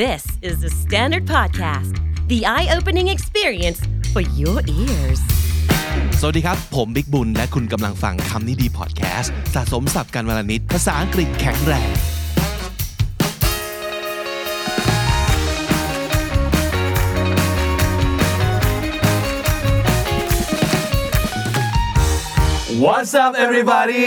This is the Standard Podcast, the eye opening experience for your ears. สวัสดีครับ ผมบิ๊กบุญ และคุณกำลังฟังคำนี้ดีพอดแคสต์สะสมสับการวลนิดภาษาอังกฤษแข็งแรง What's up everybody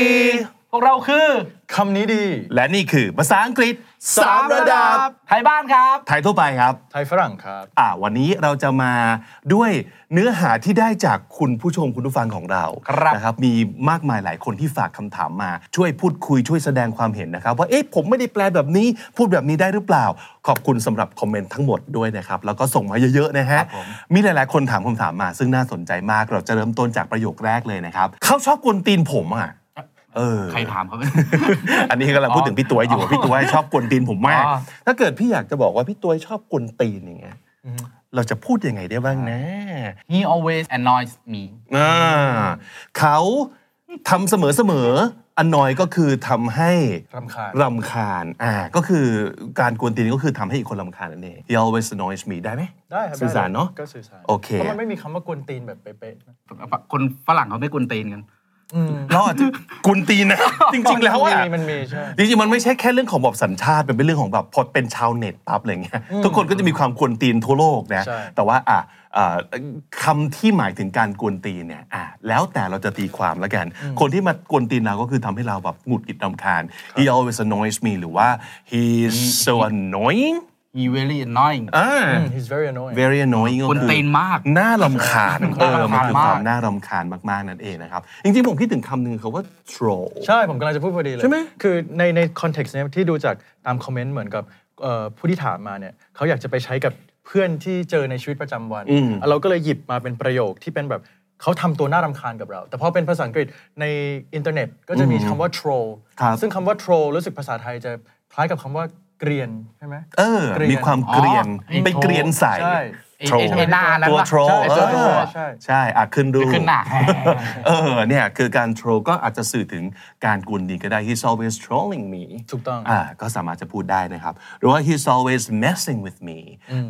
พวกเราคือ คำนี้ดี และนี่คือภาษาอังกฤษสามระดับ ไทยบ้านครับ ไทยทั่วไปครับ ไทยฝรั่งครับ อ่าวันนี้เราจะมาด้วยเนื้อหาที่ได้จากคุณผู้ชมคุณผู้ฟังของเรา ครับ นะครับ มีมากมายหลายคนที่ฝากคำถามมา ช่วยพูดคุยช่วยแสดงความเห็นนะครับ ว่าเอ๊ะผมไม่ได้แปลแบบนี้ พูดแบบนี้ได้หรือเปล่า ขอบคุณสำหรับคอมเมนต์ทั้งหมดด้วยนะครับ แล้วก็ส่งมาเยอะๆนะฮะ ครับผม มีหลายๆคนถามคำถามมา ซึ่งน่าสนใจมากเราจะเริ่มต้นจากประโยคแรกเลยนะครับเขาชอบกวนตีนผมอ่ะเออ ใครถามครับ อันนี้กำลังพูดถึงพี่ตัวยอยู่ว่าพี่ตัวยชอบกวนตีนผมมาก อ๋อ ถ้าเกิดพี่อยากจะบอกว่าพี่ตัวยชอบกวนตีนอย่างเงี้ย เราจะพูดยังไงได้บ้างนะ He always annoys me อ่าเขาทำเสมอเสมออันน้อยก็คือทำให้ รำคาญ รำคาญอ่าก็คือการกวนตีนก็คือทำให้อีกคนรำคาญนั่นเอง He always annoys me ได้ไหม ได้ครับ สื่อสารเนาะ ก็สื่อสาร โอเค เพราะมันไม่มีคำว่ากวนตีนแบบเป๊ะๆนะ คนฝรั่งเขาไม่กวนตีนกัน เราอาจจะกวนตีนนะ จริง ๆ แล้วอะ มันมีมันมีใช่ จริงๆมันไม่ใช่แค่เรื่องของแบบสัญชาติ มันเป็นเรื่องของแบบพอเป็นชาวเน็ตปั๊บอะไรเงี้ยทุกคนก็จะมีความกวนตีนทั่วโลกนะ ใช่ แต่ว่าอ่ะเอ่อคำที่หมายถึงการกวนตีนเนี่ยอ่ะแล้วแต่เราจะตีความแล้วกัน คนที่มากวนตีนเราก็คือทำให้เราแบบหงุดหงิดรำคาญ he always annoys me หรือว่า he's so annoying He very annoying อ่า อืม he's very annoying very annoying ก็ กวน คือ ตีนมาก น่ารำคาญเออมันคือ น่ารำคาญคมากวามน่ารำคาญมากๆนั่นเองนะครับจริงๆผมคิดถึงคำหนึ่งเขาว่า troll ใช่ ผมกำลังจะพูดพอดีเลย ใช่ไหม คือในในคอนเท็กซ์เนี้ยที่ดูจากตามคอมเมนต์เหมือนกับเอ่อผู้ที่ถามมาเนี่ยเขาอยากจะไปใช้กับเพื่อนที่เจอในชีวิตประจำวัน เราก็เลยหยิบมาเป็นประโยคที่เป็นแบบเขาทำตัวน่ารำคาญกับเรา แต่พอเป็นภาษาอังกฤษในอินเทอร์เน็ตก็จะมีคำว่า troll ครับ ซึ่งคำว่า troll รู้สึกภาษาไทยจะคล้ายกับคำว่าเกรียนใช่ไหม เออ มีความเกรียน อ๋อ ไปเกรียนใส่ ใช่ troll ไอ้หน้านั้น ตัว ปะ โทรลเอใช่ตัว troll อ ใช่ ใช่อ่ะขึ้นรูป ขึ้นหน้า เออ เนี่ย คือการโทรลก็อาจจะสื่อถึงการกวนดีก็ได้ he's always trolling me ถูกต้อง อ่าก็สามารถจะพูดได้นะครับ หรือว่า he's always messing with me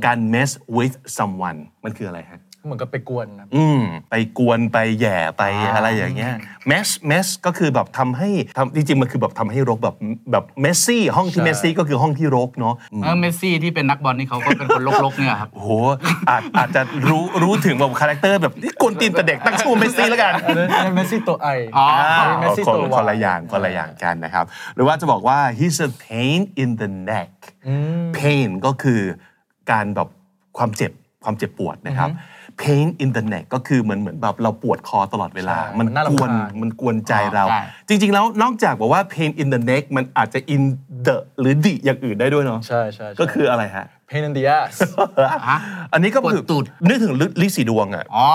การ mess with someone มันคืออะไรฮะ เหมือนกับไปกวนนะ อืม ไปกวนไปแหย่ไปอะไรอย่างเงี้ย mess mess ก็คือแบบทำให้ทำจริงๆ มันคือแบบทำให้รกแบบแบบ messy ห้องที่ ใช่ messy ก็คือห้องที่รกเนาะ เออเมสซี่ที่เป็นนักบอลนี่เขาก็เป็นคนลกๆเนี่ยครับ โอ้โหอาจอาจจะรู้รู้ถึงแบบคาแรคเตอร์แบบนี่กวนตีนแต่เด็กตั้งชื่อว่าเมสซี่แล้วกัน อันนั้นเมสซี่ตัวไอ อ๋อ อันนี้เมสซี่ คน ตัว คนละ วาย อย่างคนละอย่างกันนะครับ หรือว่าจะบอกว่า he's a pain in the neck pain ก็คือการแบบความเจ็บความเจ็บปวดนะครับ pain in the neck ก็คือเหมือนเหมือนแบบเราปวดคอตลอดเวลา ใช่ มัน มันน่ารำ กวน คาญ มันกวนใจเรา ใช่ จริง ๆ แล้วนอกจากบอกว่า pain in the neck มันอาจจะ in the หรือ the อย่างอื่นได้ด้วยเนาะ ใช่ใช่ใช่ ก็คืออะไรฮะ pain in the ass ฮะ อันนี้ก็คือ ปวดตูด นึกถึงลิลิสีดวงอ่ะ อ๋อ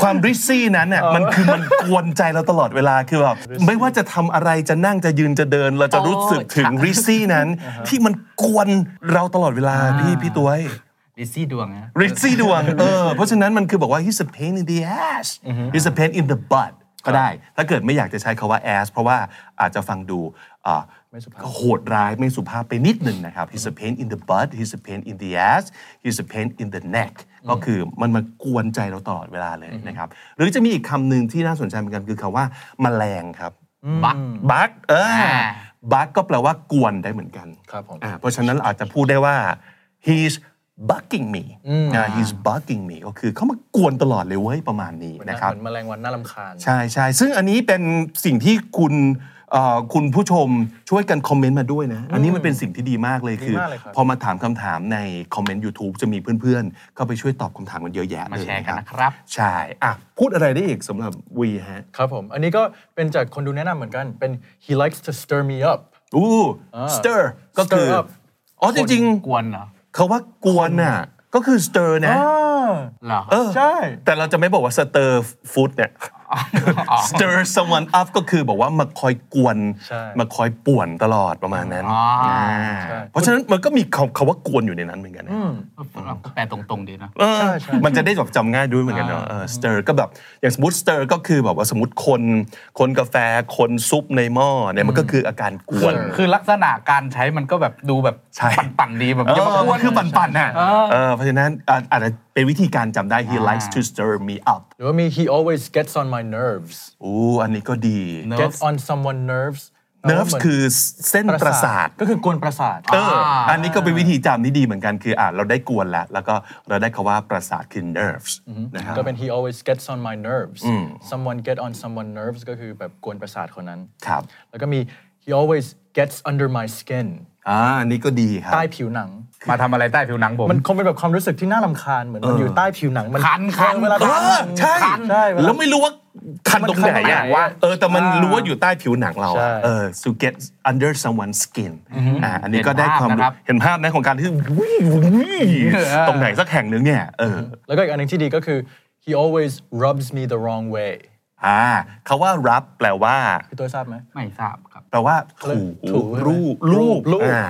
ความริซซี่นั้นน่ะมันคือมันกวนใจเราตลอดเวลาคือแบบไม่ว่าจะทำอะไรจะนั่งจะยืนจะเดิน เราจะรู้สึกถึง โอ้ย ริซซี่นั้น ที่มันกวนเราตลอดเวลาพี่พี่ตัวย ลิซี่ดวงนะ ริซซี่ดวงเออเพราะฉะนั้นมันคือบอกว่า he's a pain in the ass he's a pain in the butt ก็ได้ ถ้าเกิดไม่อยากจะใช้คาว่า ass เพราะว่าอาจจะฟังดูอ่า ไม่สุภาพ โหดร้ายไม่สุภาพไปนิดหนึ่งนะครับ he's a pain in the butt he's a pain in the ass he's a pain in the neck ก็คือมันมากวนใจเราตลอดเวลาเลยนะครับ หรือจะมีอีกคำหนึ่งที่น่าสนใจเหมือนกันคือคำว่าแมลงครับ บัก บักเออ อ่า บักก็แปลว่ากวนได้เหมือนกัน ครับผม อ่าเพราะฉะนั้นอาจจะพูดได้ว่า he's bugging me อ่า he's bugging me ก็คือเขามากวนตลอดเลยเว้ยประมาณนี้ นะ นะ ค ค รั รั บบ เหมือนแมลงวันน่ารำคาญ ใช่ใช่ซึ่งอันนี้เป็นสิ่งที่คุณเอ่อคุณผู้ชมช่วยกันคอมเมนต์มาด้วยนะ อันนี้มันเป็นสิ่งที่ดีมากเลยคือ ดีมากเลยครับ พอมาถามคำถามในคอมเมนต์ YouTube จะมีเพื่อนๆ เข้าไปช่วยตอบคำถามกันเยอะแยะ มา เลย แชร์กัน นะ นะ ค ครับ รับ ใช่อ่ะพูดอะไรได้อีกสำหรับวีฮะ ครับผม อันนี้ก็เป็นจากคนดูแนะนำเหมือนกัน เป็น he likes to stir me up อู้ stir ก็คือ stir up อ๋อจริง กวนเหรอ ๆเขาว่ากวนน่ะก็คือ stir นะ อ่า เหรอ เออ ใช่ แต่เราจะไม่บอกว่า stir food เนี่ย stir someone up ก็คือบอกว่ามาคอยกวน ใช่ มาคอยป่วนตลอดประมาณนั้น อ๋ออ่ า ใช่ ราะฉะนั้นมันก็มีคำคำว่ากวนอยู่ในนั้นเหมือนกันนะ อืม ก็แปลตรงๆดีนะ เออ ใช่ใช่ มันจะได้แบบจำง่ายด้วยเหมือนกันเนาะสเตอร์ก็แบบอย่างสมมติสเตอร์ก็คือแบบว่าสมมติคนคนกาแฟคนซุปในหม้อเนี่ยมันก็คืออาการกวน คือลักษณะการใช้มันก็แบบดูแบบ ใช่ ปั่นๆดีแบบ เออ อย่ามาอ้วน คือปั่นๆน่ะ เออ เออเพราะฉะนั้นอาอาจจะเป็นวิธีการจำได้ he อ่า likes to stir me up หรือว่ามี he always gets on my nerves อู้อันนี้ก็ดี Nerves gets on someone nerves แปลว่า nerves เหมืน คือเส้นประสาท ก็คือกวนประสาท เอออา อันนี้ก็เป็นวิธีจำที่ดีเหมือนกันคืออ่าเราได้กวนแล้ว แล้วก็เราได้คำว่าประสาทคือ nerves นะครับ ก็เป็น he always gets on my nerves someone get on someone nerves ก็คือแบบกวนประสาทคนนั้น ครับ แล้วก็มี he always gets under my skin อ่าอันนี้ก็ดีครับ ใต้ผิวหนัง มาทำอะไรใต้ผิวหนังผม มันคงเป็นแบบความรู้สึกที่น่ารำคาญเหมือนมันอยู่ใต้ผิวหนัง มั คันคัน เวลา เออใช่ คันใช่เว แล้ ลา วไม่รู้ว่าคันตรงไหน มันคันตรงไหน อะ วะ เออแต่มันรู้ว่าอยู่ใต้ผิวหนังเราอะ ใช่ เออ to get under someone's skin อ่าอันนี้ก็ได้ความ เห็นภาพนะครับ เห็นภาพนะของการที่วิ่งวิ่งตรงไหนสักแห่งหนึ่งเนี่ยเออ แล้วก็อีกอันหนึงที่ดีก็คือ he always rubs me the wrong way อ่าเขาว่ารับแปลว่า พี่ตัวทราบไหม ไม่ทราบครับ แปลว่าถู ถูใช่ไหม รูป รู รู ป ป รูป อ่า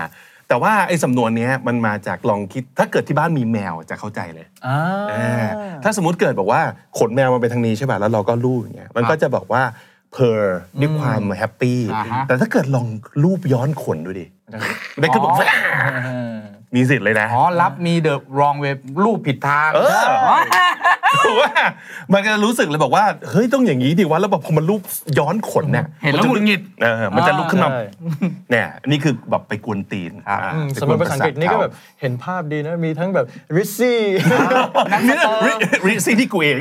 แต่ว่าไอ้สำนวนเนี้ยมันมาจากลองคิดถ้าเกิดที่บ้านมีแมวจะเข้าใจเลย อ่า อ่าถ้าสมมติเกิดบอกว่าขนแมวมันไปทางนี้ใช่ป่ะแล้วเราก็ลูบอย่างเงี้ยมันก็จะบอกว่าเพอด้วยความแฮปปี้ อ่าฮะ แต่ถ้าเกิดลองลูบย้อนขนดูดิมันก็บอกว่า มีสิทธิ์เลยนะ อ๋อรับมีเดอะรองเวฟรูปผิดทาง เออถูกว่ามันก็รู้สึกเลยบอกว่าเฮ้ยต้องอย่างนี้ดิวะแล้วแบบพอมันลูบย้อนขนเนี่ย เห็นแล้วหงุดหงิด เออมันจะลุกขึ้นมา ใช่ เนี่ยนี่คือแบบไปกวนตีนอ่า อืม ไปวสำหรับภาษาอังกฤษนี่ก็แบบ เห็นภาพดีนะ มีทั้งแบบ risky นี่ริริซี่ที่กูเอง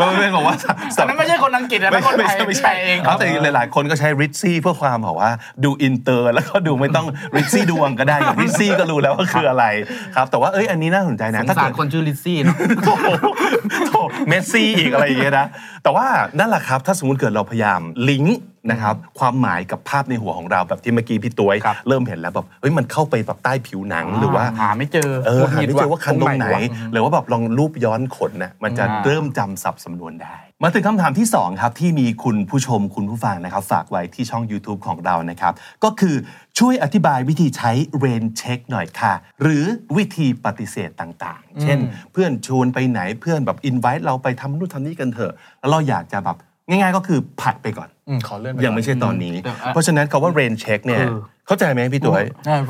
มันเป็นบอกว่า แต่นั้นไม่ใช่คนอังกฤษนะ ไม่ เป็นคน ใช่ไม่ใช่ไม่ใช่ไทยแปลเอง เอาแต่หลายๆ คนก็ใช้ริซซี่เพื่อความแบบว่าดูอินเตอร์ แล้วก็ดูไม่ต้องริซซี่ดวงก็ได้ริซซี่ก็รู้แล้วว่าคืออะไรครับแต่ว่าเอ้ยอันนี้น่าสนใจนะ สง ถ้า สา เกิ ร ด คนชื่อลิซซี่เนอะ โถโถเมสซี่อีกอะไรอย่างเงี้ยนะแต่ว่านั่นแหละครับถ้าสมมติเกิดเราพยายามลิงก์นะครับความหมายกับภาพในหัวของเราแบบที่เมื่อกี้พี่ตัวย ครับ เริ่มเห็นแล้วแบบเฮ้ยมันเข้าไปแบบใต้ผิวหนังหรือว่า หาไม่เจอ เออ ด หา งิด ไม่เจอว่าคันตรงไหน วะ หรือว่าแบบลองรูปย้อนขนนะมันจะ อ่า เริ่มจำศัพท์สำนวนได้ มาถึงคำถามที่ 2 ครับ ที่มีคุณผู้ชมคุณผู้ฟังนะครับ ฝากไว้ที่ช่อง YouTube ของเรานะครับ ก็คือช่วยอธิบายวิธีใช้ rain check หน่อยค่ะ หรือวิธีปฏิเสธต่างๆ เช่น เพื่อนชวนไปไหนเพื่อนแบบ invite เราไปทำนู่นทำนี่กันเถอะ แล้วเราอยากจะแบบง่าย ๆ ก็คือผัดไปก่อน อืมขอเลื่อนไป ยังไม่ ก่อน ใช่ตอนนี้ แต่อ่ะ เพราะฉะนั้นคำว่า rain check เนี่ย คือ เข้าใจไหมพี่ตัว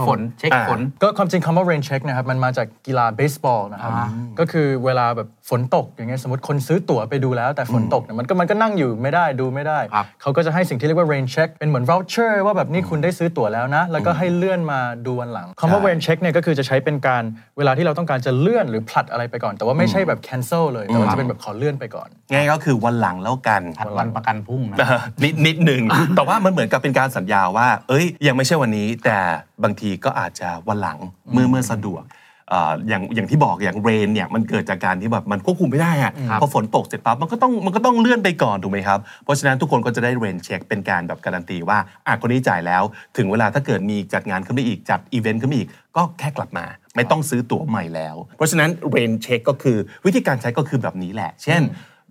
ฝนเช็ค อ่า ฝน ก็ความจริงคำว่า rain check นะครับ มันมาจากกีฬาเบสบอลนะครับ อ่า ก็คือเวลาแบบฝนตกอย่างเงี้ยสมมติคนซื้อตั๋วไปดูแล้ว แต่ฝนตกเนี่ยมันก็มันก็นั่งอยู่ไม่ได้ดูไม่ได้ เขาก็จะให้สิ่งที่เรียกว่า rain check เป็นเหมือน voucher ว่าแบบนี่คุณได้ซื้อตั๋วแล้วนะ แล้วก็ให้เลื่อนมาดูวันหลังคำว่า rain check เนี่ยก็คือจะใช้เป็นการเวลาที่เราต้องการจะเลื่อนหรือผลัดอะไรไปก่อน แต่ว่าไม่ใช่แบบ cancel เลยแต่ว่าจะเป็นแบบขอเลื่อนไปก่อน ง่ายก็คือวันหลังแล้วกัน ผัดวันประกันพรุ่งนะ เออนิดนิดหนึ่ง แต่ว่ามันเหมือนกับเป็นการสัญญาว่า เอ้ย ยังไม่ใช่วันนี้ แต่บางทีก็อาจจะวันหลังเมื่อเมื่อสะดวกเอ่ออย่างอย่างที่บอกอย่างเรนเนี่ยมันเกิดจากการที่แบบมันควบคุมไม่ได้อะ ครับ พอฝนตกเสร็จปั๊บมันก็ต้องมันก็ต้องเลื่อนไปก่อนถูกไหมครับ เพราะฉะนั้นทุกคนก็จะได้เรนเช็คเป็นการแบบการันตีว่าอ่ะคนนี้จ่ายแล้ว ถึงเวลาถ้าเกิดมีจัดงานขึ้นมาอีกจัดอีเวนต์ขึ้นมาอีกก็แค่กลับมา ไม่ต้องซื้อตั๋วใหม่แล้ว เพราะฉะนั้นเรนเช็คก็คือวิธีการใช้ก็คือแบบนี้แหละ เช่น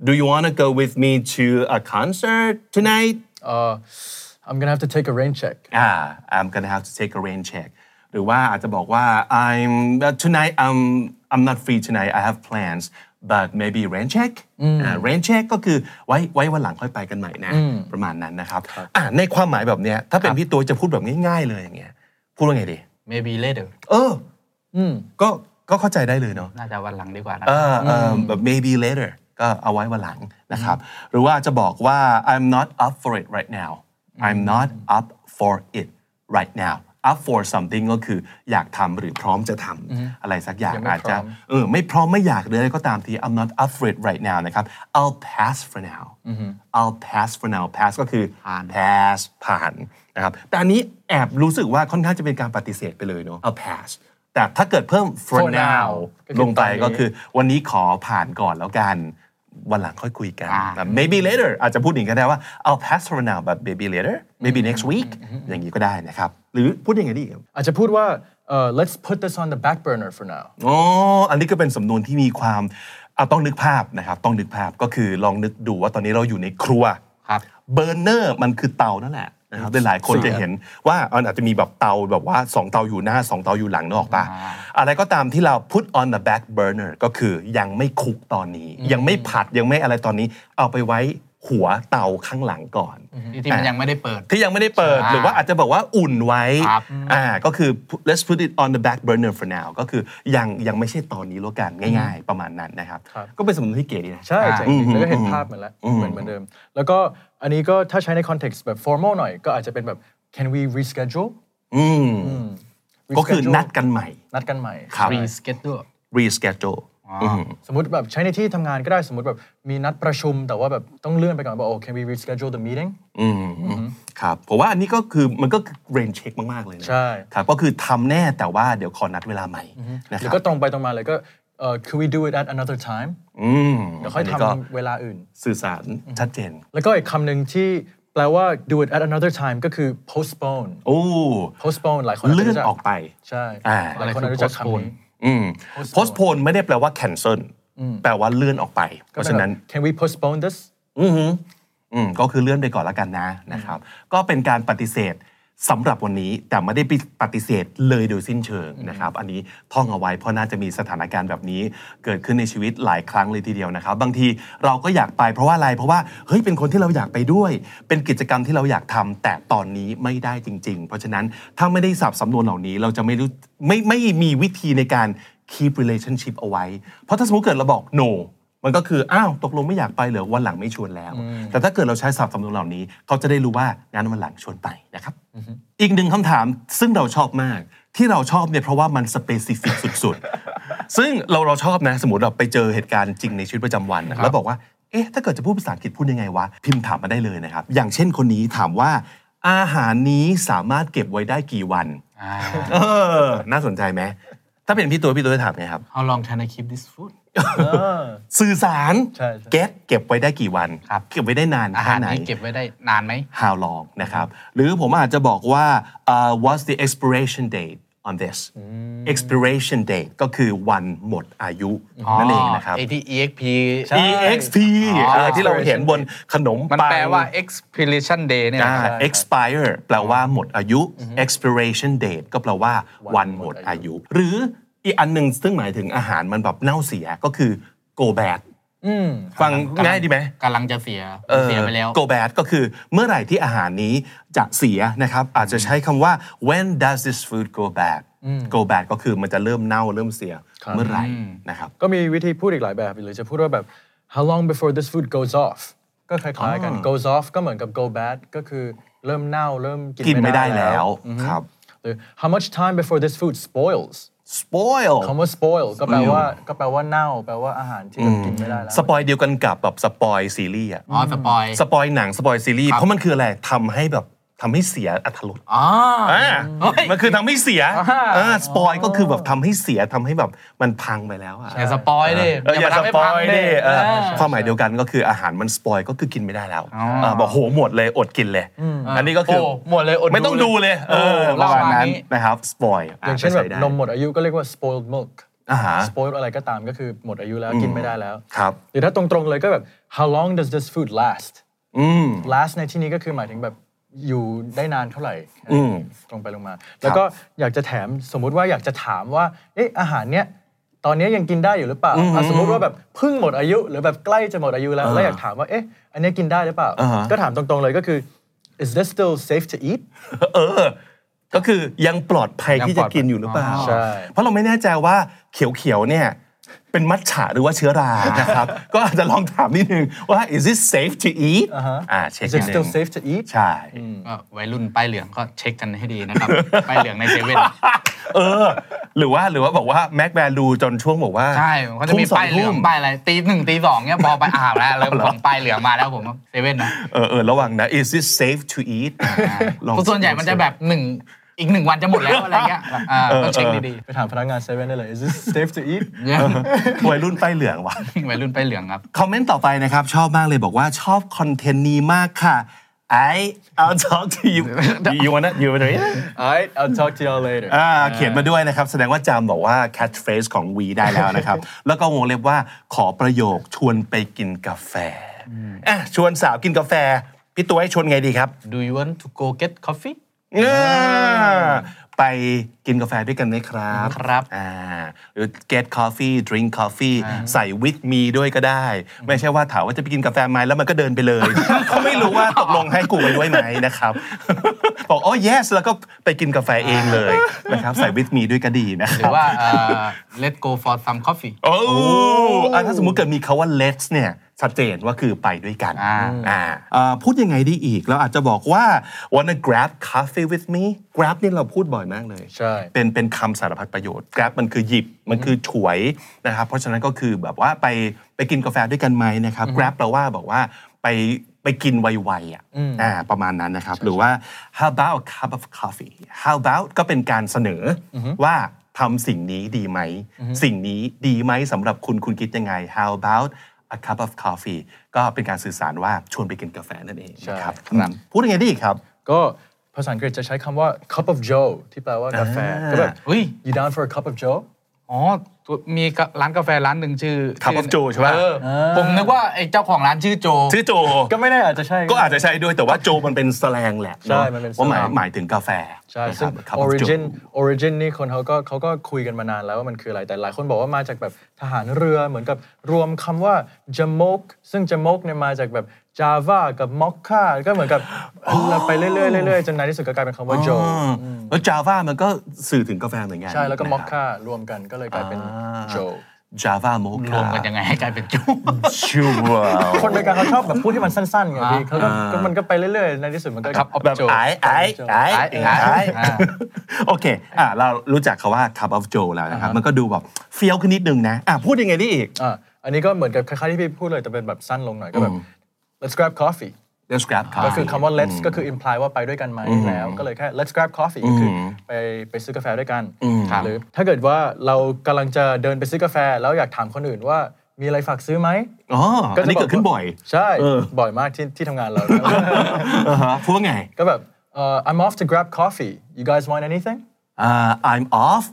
Do you wanna go with me to a concert tonight? uh, I'm gonna have to take a rain check อ่า I'm gonna have to take a rain check หรือว่าอาจจะบอกว่า I'm tonight I'm I'm not free tonight I have plans but maybe rain check อ่า rain check ก็คือไว้ไว้วันหลังค่อยไปกันใหม่นะ ประมาณนั้นนะครับอ่าในความหมายแบบเนี้ยถ้าเป็นพี่ตัวจะพูดแบบง่ายๆเลยอย่างเงี้ยพูดว่าไงดี maybe later เออก็ก็เข้าใจได้เลยเนาะ น่าจะวันหลังดีกว่านะ เออเออแบบ maybe later ก็เอาไว้วันหลังนะครับ หรือว่าจะบอกว่า I'm not up for it right now I'm not up for it right now up for something ก็คืออยากทำหรือพร้อมจะทำอะไรสักอย่าง ยังไม่ อาจจะ พร้อม เออไม่พร้อมไม่อยากเลยก็ตามที I'm not up for it right now นะครับ I'll pass for now I'll pass for now pass ก็คือ ผ่าน pass ผ่านนะครับแต่อันนี้แอบรู้สึกว่าค่อนข้างจะเป็นการปฏิเสธไปเลยเนาะ I'll pass แต่ถ้าเกิดเพิ่ม for for now now ก็คือ ลงไป ตอนนี้ ก็คือ วันนี้ขอผ่านก่อนแล้วกัน วันหลังค่อยคุยกัน อ่า แบบ maybe later อาจจะพูดอย่างนี้ก็ได้ว่า I'll pass for now but maybe later maybe next week อย่างนี้ก็ได้นะครับ หรือพูดอย่างไงดีครับ อาจจะพูดว่า uh, let's put this on the back burner for now อ๋ออันนี้ก็เป็นสำนวนที่มีความอ่ะต้องนึกภาพนะครับ ต้องนึกภาพก็คือลองนึกดูว่าตอนนี้เราอยู่ในครัว ครับ เบอร์เนอร์มันคือเตานั่นแหละ นะครับหลายๆคนจะเห็นว่ามันอาจจะมีแบบเตาแบบว่าสองเตาอยู่หน้าสองเตาอยู่หลังนึกออกปะ อ่า อะไรก็ตามที่เรา put on the back burner ก็คือยังไม่คุกตอนนี้ ยังไม่ผัดยังไม่อะไรตอนนี้ เอาไปไว้หัวเตาข้างหลังก่อน ที่มันยังไม่ได้เปิด ที่ยังไม่ได้เปิด ใช่ หรือว่าอาจจะบอกว่าอุ่นไว้ ครับ อ่าก็คือ put- let's put it on the back burner for now ก็คือยังยังไม่ใช่ตอนนี้แล้วกันง่าย ๆ ประมาณนั้นนะครับ ครับ ก็เป็นสมมติที่เก๋ดีนะ ใช่เจ๋ง อืม จริงแล้วก็เห็น อืม ภาพเหมือนละ อืม เหมือนเหมือนเดิม แล้วก็อันนี้ก็ถ้าใช้ในคอนเท็กซ์แบบ formal หน่อยก็อาจจะเป็นแบบ can we reschedule ืม อืม ก็คือ reschedule นัดกันใหม่ นัดกันใหม่ ครับ รีสเก็ตด้วย reschedule อืม สมมติแบบใช้ในที่ทำงานก็ได้สมมติแบบมีนัดประชุม แต่ว่าแบบต้องเลื่อนไปก่อนบอกโอ can we reschedule the meeting อืมครับผมว่าอันนี้ก็คือมันก็เรนเช็คมาก ๆ เลยนะ ใช่ ครับก็คือทำแน่แต่ว่าเดี๋ยวขอนัดเวลาใหม่นะ ห ค รื รั อบ ก็ตรงไปตรงมาเลยก็เอ่อ can we do it at another time อืม เดี๋ยวค่อย น ท นี้ก็ ำเวลาอื่น สื่อสารชัดเจน แล้วก็อีกคำหนึ่งที่แปลว่า do it at another time ก็คือ postpone โอ้ postpone หลายคนอาจจะ เลื่อน รู้จั ออกไป ใช่ อ่า หลายคนอาจจะรู้จักคำนี้ อืม postpone ไม่ได้แปลว่า cancel แปลว่าเลื่อนออกไป เพ ก็ ราะ เป็ ฉะ นแบบ นั้น can we postpone this อือหืออืมก็คือเลื่อนไปก่อนละกันนะนะครับ ก็เป็นการปฏิเสธสำหรับวันนี้แต่ไม่ได้ปฏิเสธเลยโดยสิ้นเชิงนะครับ อันนี้ท่องเอาไว้เพราะน่าจะมีสถานการณ์แบบนี้ เกิดขึ้นในชีวิตหลายครั้งเลยทีเดียวนะครับ บางทีเราก็อยากไปเพราะว่าอะไรเพราะว่าเฮ้ยเป็นคนที่เราอยากไปด้วย เป็นกิจกรรมที่เราอยากทำแต่ตอนนี้ไม่ได้จริง ๆ เพราะฉะนั้นถ้าไม่ได้สับสำนวนเหล่านี้เราจะไม่รู้ไม่ไม่มีวิธีในการ keep relationship เอาไว้ เพราะถ้าสมมติเกิดเราบอก no มันก็คือ อ้าว ตกลงไม่อยากไปเหรอวันหลังไม่ชวนแล้ว แต่ถ้าเกิดเราใช้ศัพท์สำนวนเหล่านี้ เขาจะได้รู้ว่างั้นวันหลังชวนไปนะครับ อีกหนึ่งคำถามซึ่งเราชอบมาก ที่เราชอบเนี่ยเพราะว่ามันสเปซิฟิกสุดๆ ซึ่งเราเราชอบนะ สมมติเราไปเจอเหตุการณ์จริงในชีวิตประจำวันนะแล้วบอกว่า เอ๊ะ ถ้าเกิดจะพูดภาษาอังกฤษพูดยังไงวะ พิมพ์ถามมาได้เลยนะครับ อย่างเช่นคนนี้ถามว่า อาหารนี้สามารถเก็บไว้ได้กี่วัน อ่า เออ น่าสนใจไหม ถ้าเป็นพี่ตัวพี่ตัวจะถามไงครับ How long can I keep this food เออ สื่อสาร ใช่ใช่ เก็ตเก็บไว้ได้กี่วัน ครับ เก็บไว้ได้นาน อา แค่ หาร ไหน นี้เก็บไว้ได้นานไหม how long นะครับ หรือผมอาจจะบอกว่า uh, what's the expiration date on this expiration date ก็คือวันหมดอายุนั่นเองนะครับ ไอที่ exp exp อ๋อ อะไรที่เราเห็นบนขนม มัน ปัง แปลว่า expiration day เนี่ย อ่า นะครับ expire แปลว่าหมดอายุ expiration date ก็แปลว่าวันหมดอายุ หรืออีกอันหนึ่งซึ่งหมายถึงอาหารมันแบบเน่าเสียก็คือ go bad อืม ฟังง่ายดีไหม กำลังจะเสีย เอ่อ เสียไปแล้ว go bad ก็คือเมื่อไหร่ที่อาหารนี้จะเสียนะครับ อาจจะใช้คำว่า when does this food go bad go bad ก็คือมันจะเริ่มเน่าเริ่มเสีย ครับ เมื่อไหร่นะครับ ก็มีวิธีพูดอีกหลายแบบหรือจะพูดว่าแบบ how long before this food goes off ก็คล้ายๆกัน goes off ก็เหมือนกับ go bad ก็คือเริ่มเน่าเริ่มกิน กินไม่ได้แล้ว อืม ครับ หรือ how much time before this food spoils spoil คำว่า spoil ก็แปลว่าก็แปลว่าเน่า แปลว่าอาหารที่แบบกินไม่ได้แล้ว สปอยเดียวกันกับแบบสปอยซีรีส์อะ อ๋อ สปอย สปอยหนังสปอยซีรีส์เพราะมันคืออะไรทำให้แบบทำให้เสียอรรถรส อ๋ออ่า อ่า เฮ้ย มันคือทำให้เสียอ่าสปอยก็คือแบบทำให้เสียทำให้แบบมันพังไปแล้วอะ อย่าสปอยดิ เอออย่า มา ส ทำให้ ปอ พัง ยดิเออ เออ ความหมายเดียวกันก็คืออาหารมันสปอยก็คือกินไม่ได้แล้วาบอกโหหมดเลยอดกินเลย อันนี้ก็คือ โอ้หมดเลยอดดู ไม่ต้องดูเลยเออ โอ้ ประมาณ ประมาณ นั้น นี้ นะครับสปอย อย่างเช่นแบบนมหมดอายุก็เรียกว่า spoiled milk อาหาร spoiled อะไรก็ตามก็คือหมดอายุแล้วกินไม่ได้แล้ว ครับ หรือถ้าตรงๆเลยก็แบบ how long does this food last อืม last ในที่นี้ก็คือหมายถึงแบบอยู่ได้นานเท่าไหร่ อืม ตรงไปลงมา แล้วก็อยากจะแถมสมมุติว่าอยากจะถามว่าเอ๊ะอาหารเนี้ยตอนเนี้ยยังกินได้อยู่หรือเปล่าอ่ะสมมติว่าแบบเพิ่งหมดอายุ หรือแบบใกล้จะหมดอายุแล้วแล้วอยากถามว่าเอ๊ะอันเนี้ยกินได้หรือเปล่า อ่าฮะ ก็ถามตรงๆเลยก็คือ is this still safe to eat เออ ก็คือยังปลอดภัย ยัง ที่ ป จะ ลอดภัย กินอยู่หรือเปล่า ใช่ เพราะเราไม่แน่ใจว่าเขียวๆเนี่ย เป็นมัทฉะหรือว่าเชื้อรานะครับ ก็อาจจะลองถามนิดนึงว่า is it safe to eat อ่าเช็ค is นิด it นึ still ง safe to eat ใช่ ก็วัยรุ่นป้ายเหลืองก็เช็คกันให้ดี นะครับ ป้ายเหลืองในเซเว่น เออ หรือว่าหรือว่าบอกว่าแม็กแวลูจนช่วงบอกว่า ใช่เขาจะมี ทุ่สอ ป้ายเหลือง ทุ่ม ป้ายอะไรตีหนึ่งตีสองเนี่ยพอไปอ่าวแล้วเริ่มของป้ายเหลืองมาแล้วผมเซเว่นนะ เออเออระวังนะ is it safe to eat ลอง ส่วนใหญ่มันจะแบบหนึ่งอีกหนึ่งวันจะหมดแล้วอะไรเงี้ยอ่าต้องเช็คดี ไปถามพนักงานเซเว่นได้เลย is this safe to eat ๆเนี่ย วัยรุ่นป้ายเหลือง ว่ะ วัยรุ่นป้ายเหลืองครับ คอมเมนต์ต่อไปนะครับ ชอบมากเลยบอกว่าชอบคอนเทนต์นี้มากค่ะ I I'll talk to you you wanna you wanna alright I'll talk to y'all later อ่าเขียนมาด้วยนะครับ แสดงว่าจามบอกว่า catchphrase ของวีได้แล้ว นะครับ แล้วก็วงเล็บว่าขอประโยคชวนไปกินกาแฟอ่ะชวนสาวกินกาแฟ พี่ตัวให้ชวนไงดีครับ Do you want to go get coffee เนี่ยไปกินกาแฟด้วยกันไหมครับ ครับ อ่าหรือ get coffee drink coffee ใส่ with me ด้วยก็ได้ ไม่ใช่ว่าถามว่าจะไปกินกาแฟไหมแล้วมันก็เดินไปเลย เขาไม่รู้ว่าตกลงให้กูไปด้วยไหมนะครับ บอกอ๋อ yes แล้วก็ไปกินกาแฟเองเลยนะครับ ใส่ with me ด้วยก็ดีนะค หรื รับ อว่าเอ่อ let's go for some coffee โอ้อ่ะถ้าสมมุติเกิดมีคาว่า let's เนี่ยชัดเจนว่าคือไปด้วยกัน อ่า อ่าเอ่อพูดยังไงได้อีก เราอาจจะบอกว่า wanna grab coffee with me grab นี่เราพูดบ่อยมากเลย ใช่ เป็นเป็นคำสารพัดประโยชน์ grab มันคือหยิบ มันคือฉวยนะครับ เพราะฉะนั้นก็คือแบบว่าไปไปกินกาแฟด้วยกันไหมนะครับ grab แปลว่าบอกว่าไปไปกินไวๆอ่ะ อืม อ่าประมาณนั้นนะครับ หรือว่า how about a cup of coffee how about ก็เป็นการเสนออว่าทำสิ่งนี้ดีไหม สิ่งนี้ดีไหมสำหรับคุณคุณคิดยังไง how about a cup of coffee ก็เป็นการสื่อสารว่าชวนไปกินกาแฟนั่นเองนะครับครับพูดยังไงดีครับ ก็ภาษาอังกฤษจะใช้คำว่า cup of joe ที่แปลว่ากาแฟ อ่า ก็แบบ อุ๊ย you down for a cup of joe อ๋อตัวมีร้านกาแฟร้านหนึ่งชื่อ Cup of Joe ใช่ปะ เออผมนึกว่าไอ้เจ้าของร้านชื่อโจ ชื่อโจ ก็ไม่แน่อาจจะใช่ ก็อาจจะใช่ด้วยแต่ว่าโจมันเป็นสแลงแหละ ใช่ อะ มันเป็นสแลง ว่าหมายหมายถึงกาแฟ ใช่ นะค ซึ่ รั ง บ cup of origin Joe origin นี่คนเขาก็เขาก็คุยกันมานานแล้วว่ามันคืออะไร แต่หลายคนบอกว่ามาจากแบบทหารเรือเหมือนกับรวมคำว่า jamok ซึ่ง jamok เนี่ยมาจากแบบ java กับ mocha ก็เหมือน กับเราไปเรื่อยๆเรื่อยๆจนในที่สุดก็กลายเป็นคำว่า อ๋ joe อแล้วจาว่ามันก็สื่อถึงกาแฟเหมือนกัน ใช่แล้วก็ นะครับ mocha รวมกันก็เลยกลายเป็น อ่า joe Java m o รวมกันยังไงให้กลายเป็นโจ ชัว คนอเมริกันเขาชอบแบบพูดให้มันสั้นๆไงพี่เขาก็ อ่า ก็มันก็ไปเรื่อยๆ ในที่สุดมันก็ Cup of แบบ Joe ไอ้ไอ้ไอ้ ไอ้ไอ้ ไอ้ อ่า โอเคอ่ะเรารู้จักคาว่า cup of joe แล้วนะครับ มันก็ดูแบบเฟี้ยวขึ้นนิดนึงนะอ่ะพูดยังไงได้อีก อ่าอันนี้ก็เหมือนกับคล้ายๆที่พี่พูดเลยแต่เป็นแบบสั้นลงหน่อยก็แบบ อืม let's grab coffee let's grab ก็คือ coffee คำว่า let's ก็คือ imply ว่าไปด้วยกันไหมแล้ว ก็เลยแค่ let's grab coffee ก็คือไปไปซื้อกาแฟด้วยกัน ครับ หรือถ้าเกิดว่าเรากำลังจะเดินไปซื้อกาแฟ แล้วอยากถามคนอื่นว่ามีอะไรฝากซื้อไหม อ๋ออันนี้เกิดขึ้นบ่อย ใช่ เออ บ่อยมากที่ที่ทำงาน เรา อ่าฮะพูดว่าไง ก็แบบเอ่อ I'm off to grab coffee you guys want anything อ่า I'm off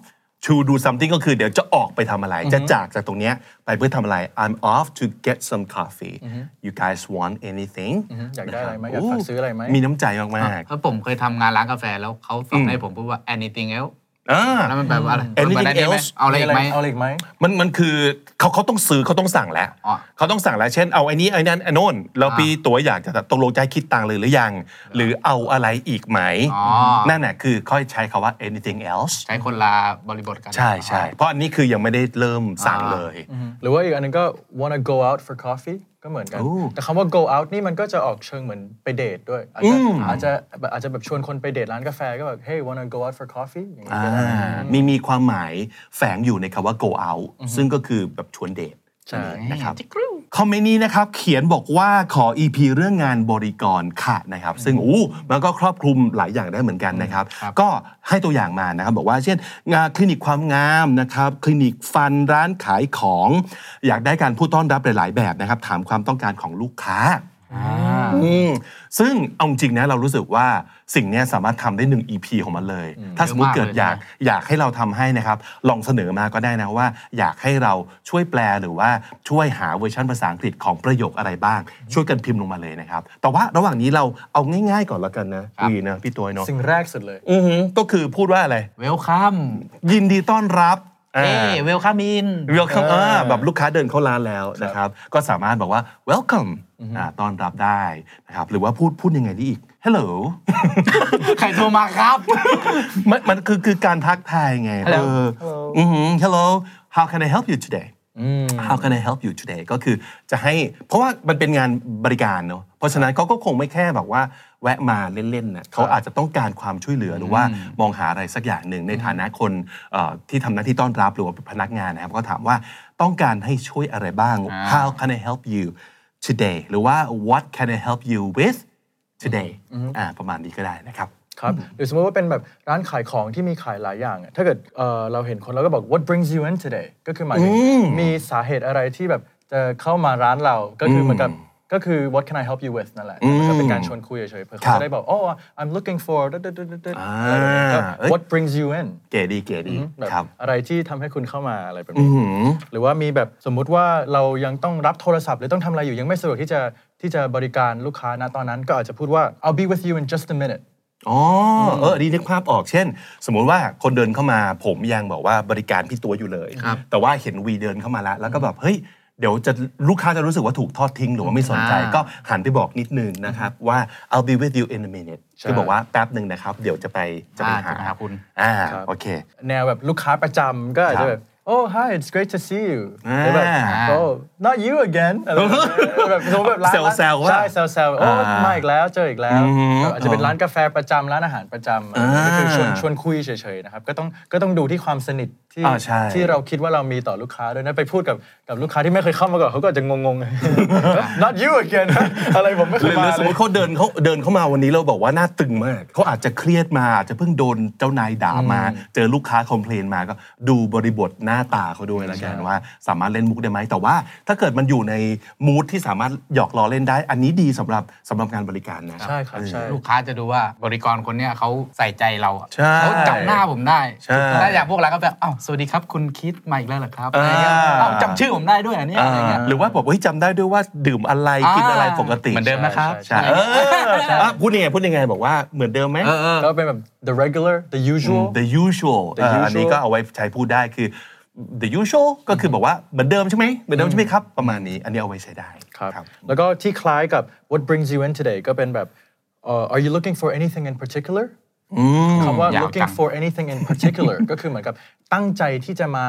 to do something ก็คือเดี๋ยวจะออกไปทำอะไร จะจากจากตรงเนี้ยไปเพื่อทำอะไร I'm off to get some coffee you guys want anything อยากได้ นค อะไร บ ไหมอยากฝากซื้ออะไรไหม มีน้ำใจมาก เพราะผมเคยทำงานร้านกาแฟแล้วเขาสอนให้ผมพูดว่า anything else ๆอ่า แล้วมันแปลว่าอะไร Anything มันแปลได้ไหม else เอาอะไรอีกไหม เอาอะไรอีกไหม มันมันคือเขาเขาต้องซื้อเขาต้องสั่งแล้ว อ๋อ เขาต้องสั่งแล้ว เช่นเอาไอ้นี้ไอ้นั้นไอ้โน่นเราปีตัวอยากจะตกลงใจะให้คิดตังค์เลยหรือยัง หรือเอาอะไรอีกไหม อ๋อ นั่นแหละคือค่อยใช้คาว่า anything else ใช้คนลาบริบทกัน ใช่ใช่เพราะอันนี้คือยังไม่ได้เริ่มสั่งเลย หรือว่าอีกอันหนึงก็ wanna go out for coffee ก็เหมือนกัน โอ้ แต่คำว่า go out นี่มันก็จะออกเชิงเหมือนไปเดทด้วย อาจจะอาจจะแบบอาจจะแบบชวนคนไปเดทร้านกาแฟก็แบบ hey wanna go out for coffee อย่างนี้ก็ได้ อ่ามีมีความหมายแฝงอยู่ในคำว่า go out ซึ่งก็คือแบบชวนเดท ใช่ นะครับคอมเมนต์นี้นะครับ เขียนบอกว่าขอ EP เรื่องงานบริกรค่ะนะครับ ซึ่งอู้มันก็ครอบคลุมหลายอย่างได้เหมือนกันนะครับ ครับ ก็ให้ตัวอย่างมานะครับ บอกว่าเช่น งานคลินิกความงามนะครับ คลินิกฟันร้านขายของ อยากได้การผู้ต้อนรับหลาย ๆ แบบนะครับ ถามความต้องการของลูกค้า อ่า อืมซึ่งเอาจริงนะเรารู้สึกว่าสิ่งเนี้ยสามารถทำได้หนึ่ง EP ของมันเลย ถ้าสมมติ เย เกิ อะ ด มากเลย อยากอยากให้เราทำให้นะครับ ลองเสนอมาก็ได้นะว่า อยากให้เราช่วยแปลหรือว่าช่วยหาเวอร์ชันภาษาอังกฤษของประโยคอะไรบ้าง ช่วยกันพิมพ์ลงมาเลยนะครับ แต่ว่าระหว่างนี้เราเอาง่ายๆก่อนละกันนะ ครั วี บ นะพี่ตัวเนาะ สิ่งแรกสุดเลย อือหือก็คือพูดว่าอะไร เวลคัม ยินดีต้อนรับ เอ้เวลคัมอิน เวลคัม เออ แบบลูกค้าเดินเข้าร้านแล้วนะครับ ก็สามารถบอกว่า welcome อ่าต้อนรับได้นะครับหรือว่าพูดพูดยังไงดีอีก hello ใครโทรมาครับ มันมันคือคือการทักทายไง Hello เอออือหือ hello how can I help you today how can I help you today ก็คือจะให้ เพราะว่ามันเป็นงานบริการเนอะเพราะฉะนั้นเขาก็คงไม่แค่แบบว่า แวะมาเล่นๆนะเขาอาจจะต้องการความช่วยเหลือหรือว่ามองหาอะไรสักอย่างหนึ่งในฐานะคนเอ่อที่ทำหน้าที่ต้อนรับหรือว่าพนักงานนะครับ ก็ถามว่าต้องการให้ช่วยอะไรบ้าง อ่า how can I help you today หรือว่า what can I help you with today อ่าประมาณนี้ก็ได้นะครับ ครับหรือสมมติว่าเป็นแบบร้านขายของที่มีขายหลายอย่างอะถ้าเกิดเอ่อเราเห็นคนเราก็บอก what brings you in today ก็คือหมายถึงมีสาเหตุอะไรที่แบบจะเข้ามาร้านเราก็คือเหมือนกับ ก็คือ what can I help you with นั่นแหละ อืม ก็เป็นการชวนคุยเฉยๆเพื่อ ครั เขา บ จะได้บอก oh I'm looking for ดดดดดด อ่า อะไรแบบนี้ก็ เอ้ย what brings you in เก๋ดีเก๋ดี แบบ ครับ อะไรที่ทำให้คุณเข้ามาอะไรแบบ อื นี้ ม หรือว่ามีแบบสมมุติว่าเรายังต้องรับโทรศัพท์ หรือต้องทำอะไรอยู่ยังไม่สะดวกที่จะที่จะบริการลูกค้านะตอนนั้นก็อาจจะพูดว่า I'll be with you in just a minute อ๋ออเออดีนึกภาพออกเช่น สมมุติว่าคนเดินเข้ามาผมยังบอกว่าบริการพี่ตัวอยู่เลย ครับ แต่ว่าเห็นวีเดินเข้ามาแล้ว แล้วก็แบบ เฮ้ย เดี๋ยวจะลูกค้าจะรู้สึกว่าถูกทอดทิ้งหรือว่าไม่สนใจ อ่า ก็หันไปบอกนิดนึงนะครับ ว่า I'll be with you in a minute ใช่ คือบอกว่าแป๊บหนึ่งนะครับ เดี๋ยวจะไปจะไป อ่า หา จะไปหาคุณ อ่า ครับ โอเค แนวแบบลูกค้าประจำก็อาจจะแบบ oh hi it's great to see you อ่า หรือแบบ oh not you again อะไรแบบนี้ แบบสมมติแบบร้าน แซวๆว่า ใช่แซวๆโอ้ อ่า มาอีกแล้วเจออีกแล้ว อืม แบบอาจจะเป็นร้านกาแฟประจำร้านอาหารประจำอะไรแบบนี้ อ่า ก็คือชวนชวนคุยเฉยๆนะครับก็ต้องก็ต้องดูที่ความสนิทที่ อ่าใช่ ที่เราคิดว่าเรามีต่อลูกค้าด้วยนะไปพูดกับกับลูกค้าที่ไม่เคยเข้ามาก่อนเขาก็อาจจะ งงๆ not you again อะไรผมหไม่เค รื ย อ มา หรือส เล มม ย ติเขาเดินเขาเดินเข้ามาวันนี้เราบอกว่าหน้าตึงมากเขาอาจจะเครียดมาอาจจะเพิ่งโดนเจ้านายด่ามา เจอลูกค้าคอมเพลนมาก็ดูบริบทหน้าตาเขาด้วยละกันว่าสามารถเล่นมุกได้ไหมแต่ว่าถ้าเกิดมันอยู่ในมูทที่สามารถหยอกล้อเล่นได้ อันนี้ดีสำหรับสำหรับงานบริการนะ ใช่ครับใช่ ลูกค้าจะดูว่าบริกรคนเนี้ยเขาใส่ใจเราอะ ใช่ เขาจำหน้าผมได้ ใช่ ถ้าอย่างพวกเราก็แบบอ้าวสวัสดีครับคุณคิดมาอีกแล้วเหรอครับ อ่า อะไรเงี้ยอ้าวจำชื่อผมได้ด้วยอันนี้ย อ่า อะไรเงี้ย หรือว่าบอกว่าจำได้ด้วยว่าดื่มอะไร อ่า กินอะไรปกติ เหมือนเดิมนะครับ ใช่เอออ่ะพูดยังไงพูดยังไงบอกว่าเหมือนเดิมไหม เออเออ ก็เป็นแบบ the regular the อื usual ม the usual The เอ่อ usual อันนี้ก็เอาไว้ใช้พูดได้คือ the usual ก็คือบอกว่าเหมือนเดิมใช่ไหมเหมือนเดิมใช่ไหมครับ ประมาณนี้อันนี้เอาไว้ใช้ได้ ครับแล้วก็ที่คล้ายกับ what brings you in today ก็เป็นแบบเอ่อ are you looking for anything in particular คำว่า อยาก looking จัง for anything in particular ก็คือเหมือนกับตั้งใจที่จะมา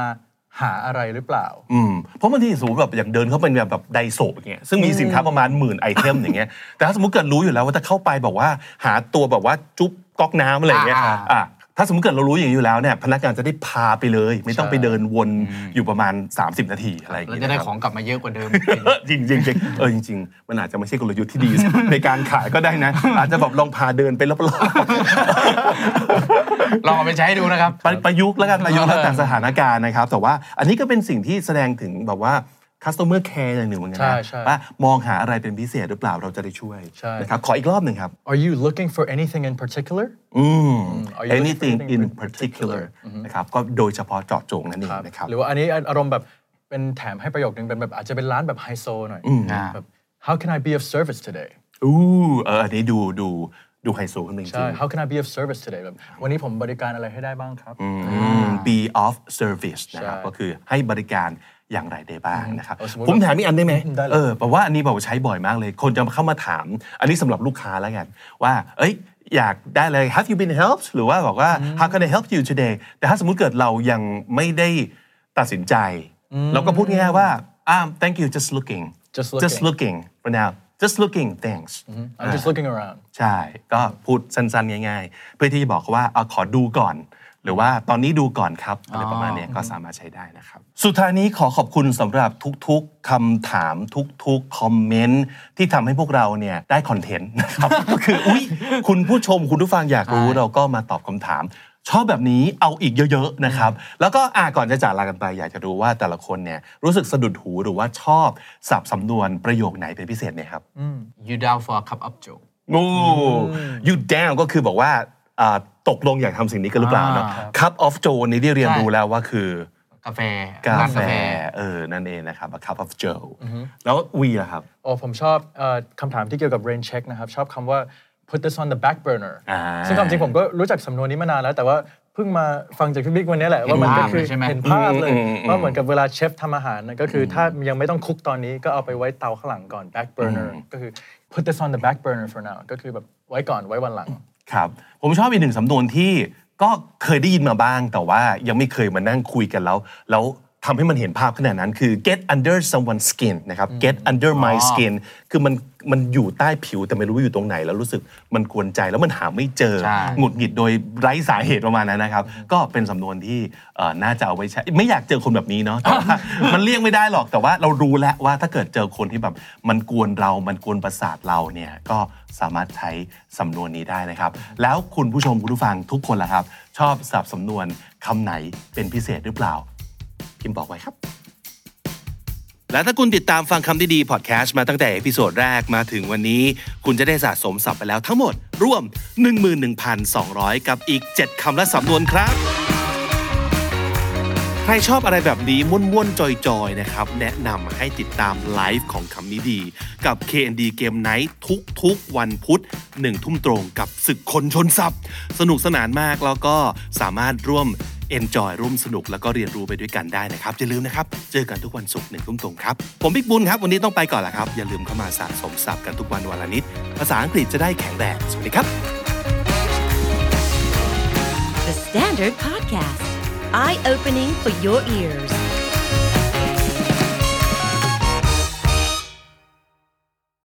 หาอะไรหรือเปล่า อืมเพราะบางทีสมมติแบบอย่างเดินเข้าไปแบบแบบไดโซะอย่างเงี้ยซึ่งมีสินค้าประมาณหมื่นไอเทมอย่างเงี้ยแต่ถ้าสมมติเกิดรู้อยู่แล้วว่าจะเข้าไปบอกว่าหาตัวแบบว่าจุ๊บก๊อกน้ำอะไรอย่างเงี้ย อ่า อ่ะถ้าสมมติเกิดเรารู้อย่างนี้อยู่แล้วเนี่ยพนักงานจะได้พาไปเลย ไม่ต้อง ใช่ ไปเดินวนอยู่ประมาณ 30 นาทีอะไรอย่าง เรา เงี้ย จะได้ นครับ ของกลับมาเยอะกว่าเดิม เอ อจริงจริงจริงเออจริง ๆ มันอาจจะไม่ใช่กลยุทธ์ที่ดี ในการขายก็ได้นะ อาจจะแบบลองพาเดินไปรอบ ลองเอาไปใช้ดูนะครับ ๆประประยุกต์แล้วกันประยุกต์แล้วแต่สถานการณ์นะครับ แต่ว่าอันนี้ก็เป็นสิ่งที่แสดงถึงแบบว่า customer care อย่างหนึ่งเหมือนกัน ใช่ นะ ใช่ ว่ามองหาอะไรเป็นพิเศษหรือเปล่าเราจะได้ช่วย ใช่ นะครับขออีกรอบหนึ่งครับ are you looking for anything in particular อืม Are you looking for anything in anything in particular นะครับก็โดยเฉพาะเจาะจงนั่นเองนะครับ หรือว่าอันนี้อารมณ์แบบเป็นแถมให้ประโยคนึงเป็นแบบอาจจะเป็นร้านแบบไฮโซหน่อย อ่า แบบ how can I be of service today อู้เอออันนี้ดูดูดูไฮโซขึ้นมาจริ ใช่ ง how can I be of service today แบบวันนี้ผมบริการอะไรให้ได้บ้างครับ อืม be of service นะครับ ใช่ ก็คือให้บริการอย่างไรได้บ้างนะครับ เอาสมมุติ ผมถามอีกอันได้ไหม ได้เลย เออแปลว่าอันนี้แบบใช้บ่อยมากเลย คนจะเข้ามาถาม อันนี้สำหรับลูกค้าแล้วกัน ว่า เอ้ย อยากได้อะไร have you been helped หรือว่าบอกว่า how can I help you today แต่ถ้าสมมุติเกิดเรายังไม่ได้ตัดสินใจ เราก็พูดง่ายๆว่า um thank you just looking Just looking looking for now just looking thanks I'm just looking around ใช่ ก็พูดสั้นๆ ง่ายๆ เพื่อที่จะบอกเขาว่าเอาขอดูก่อน หรือว่าตอนนี้ดูก่อนครับ อะไรประมาณเนี้ยก็สามารถใช้ได้นะครับ สุดท้ายนี้ขอขอบคุณสำหรับทุกๆคำถามทุกๆ คอมเมนต์ที่ทำให้พวกเราเนี่ยได้คอนเทนต์นะครับ ก็คือ อุ๊ย คุณผู้ชมคุณผู้ฟังอยากรู้เราก็มาตอบคำถาม ชอบแบบนี้เอาอีกเยอะๆนะครับ แล้วก็อ่ะก่อนจะจากลากันไป อยากจะรู้ว่าแต่ละคนเนี่ยรู้สึกสะดุดหูหรือว่าชอบสับสำนวนประโยคไหนเป็นพิเศษเนี่ยครับ you down for a cup of joe โอ้ยูด o w n ก็คือบอกว่าอ่าตกลงอยากทำสิ่งนี้กันหรือเปล่าเนาะ อ่า cup of joe นี่ได้เรียนรู้แล้วว่าคือก าแฟ กา ร้น แฟ เออ นั่นเองนะครับ a cup of joe แล้ววีล่ะครับ โอ้ผมชอบเอ่อคำถามที่เกี่ยวกับ rain check นะครับ ชอบคำว่า put this on the back burner อ่า ซึ่งความจริงผมก็รู้จักสำนวนนี้มานานแล้ว แต่ว่าเพิ่งมาฟังจากพี่บิ๊กวันนี้แหละ ว่ามันก็คือ ภาพเลยใช่ไหม เห็นภาพเลยว่าเหมือนกับเวลาเชฟทำอาหารนะก็คือถ้ายังไม่ต้องคุกตอนนี้ก็เอาไปไว้เตาข้างหลังก่อน back burner ก็คือ put this on the back burner for now ก็คือแบบไว้ก่อนไว้วันหลัง ครับ ผมชอบอีกหนึ่งสำนวนที่ก็เคยได้ยินมาบ้าง แต่ว่ายังไม่เคยมานั่งคุยกันแล้ว แล้วทำให้มันเห็นภาพขนาดนั้นคือ get under someone's skin นะครับ get under my skin คือมันมันอยู่ใต้ผิวแต่ไม่รู้ว่าอยู่ตรงไหน แล้วรู้สึกมันกวนใจแล้วมันหาไม่เจอ ใช่ หงุดหงิดโดยไร้สาเหตุประมาณนั้นนะครับ ก็เป็นสำนวนที่เอ่อน่าจะเอาไว้ใช้ ไม่อยากเจอคนแบบนี้เนาะแต่ ว่า มันเลี่ยงไม่ได้หรอกแต่ว่าเรารู้แล้วว่าถ้าเกิดเจอคนที่แบบมันกวนเรา มันกวนประสาทเราเนี่ยก็สามารถใช้สำนวนนี้ได้นะครับ แล้วคุณผู้ชมคุณผู้ฟังทุกคนล่ะครับ ชอบสับสำนวนคำไหนเป็นพิเศษหรือเปล่าพิมพ์บอกไว้ครับ และถ้าคุณติดตามฟังคำที่ดีพอดแคสต์มาตั้งแต่เอพิโซดแรกมาถึงวันนี้ คุณจะได้สะสมศัพท์ไปแล้วทั้งหมดรวม 11,200 กับอีก 7คำและสำนวนครับ ใครชอบอะไรแบบนี้ม่วนๆ จอยๆ นะครับ แนะนำให้ติดตามไลฟ์ของคำนี้ดี กับ KND Game Night ทุกๆ วันพุธหนึ่งทุ่มตรงกับศึกคนชนศัพท์ สนุกสนานมากแล้วก็สามารถร่วม enjoy ร่วมสนุกแล้วก็เรียนรู้ไปด้วยกันได้นะครับ อย่าลืมนะครับ เจอกันทุกวันศุกร์หนึ่งทุ่มตรงครับ ผมบิ๊กบุญครับ วันนี้ต้องไปก่อนละครับ อย่าลืมเข้ามาสะสมศัพท์กันทุกวันวันละนิด ภาษาอังกฤษจะได้แข็งแรงสวัสดีครับ The Standard Podcast, eye opening for your ears.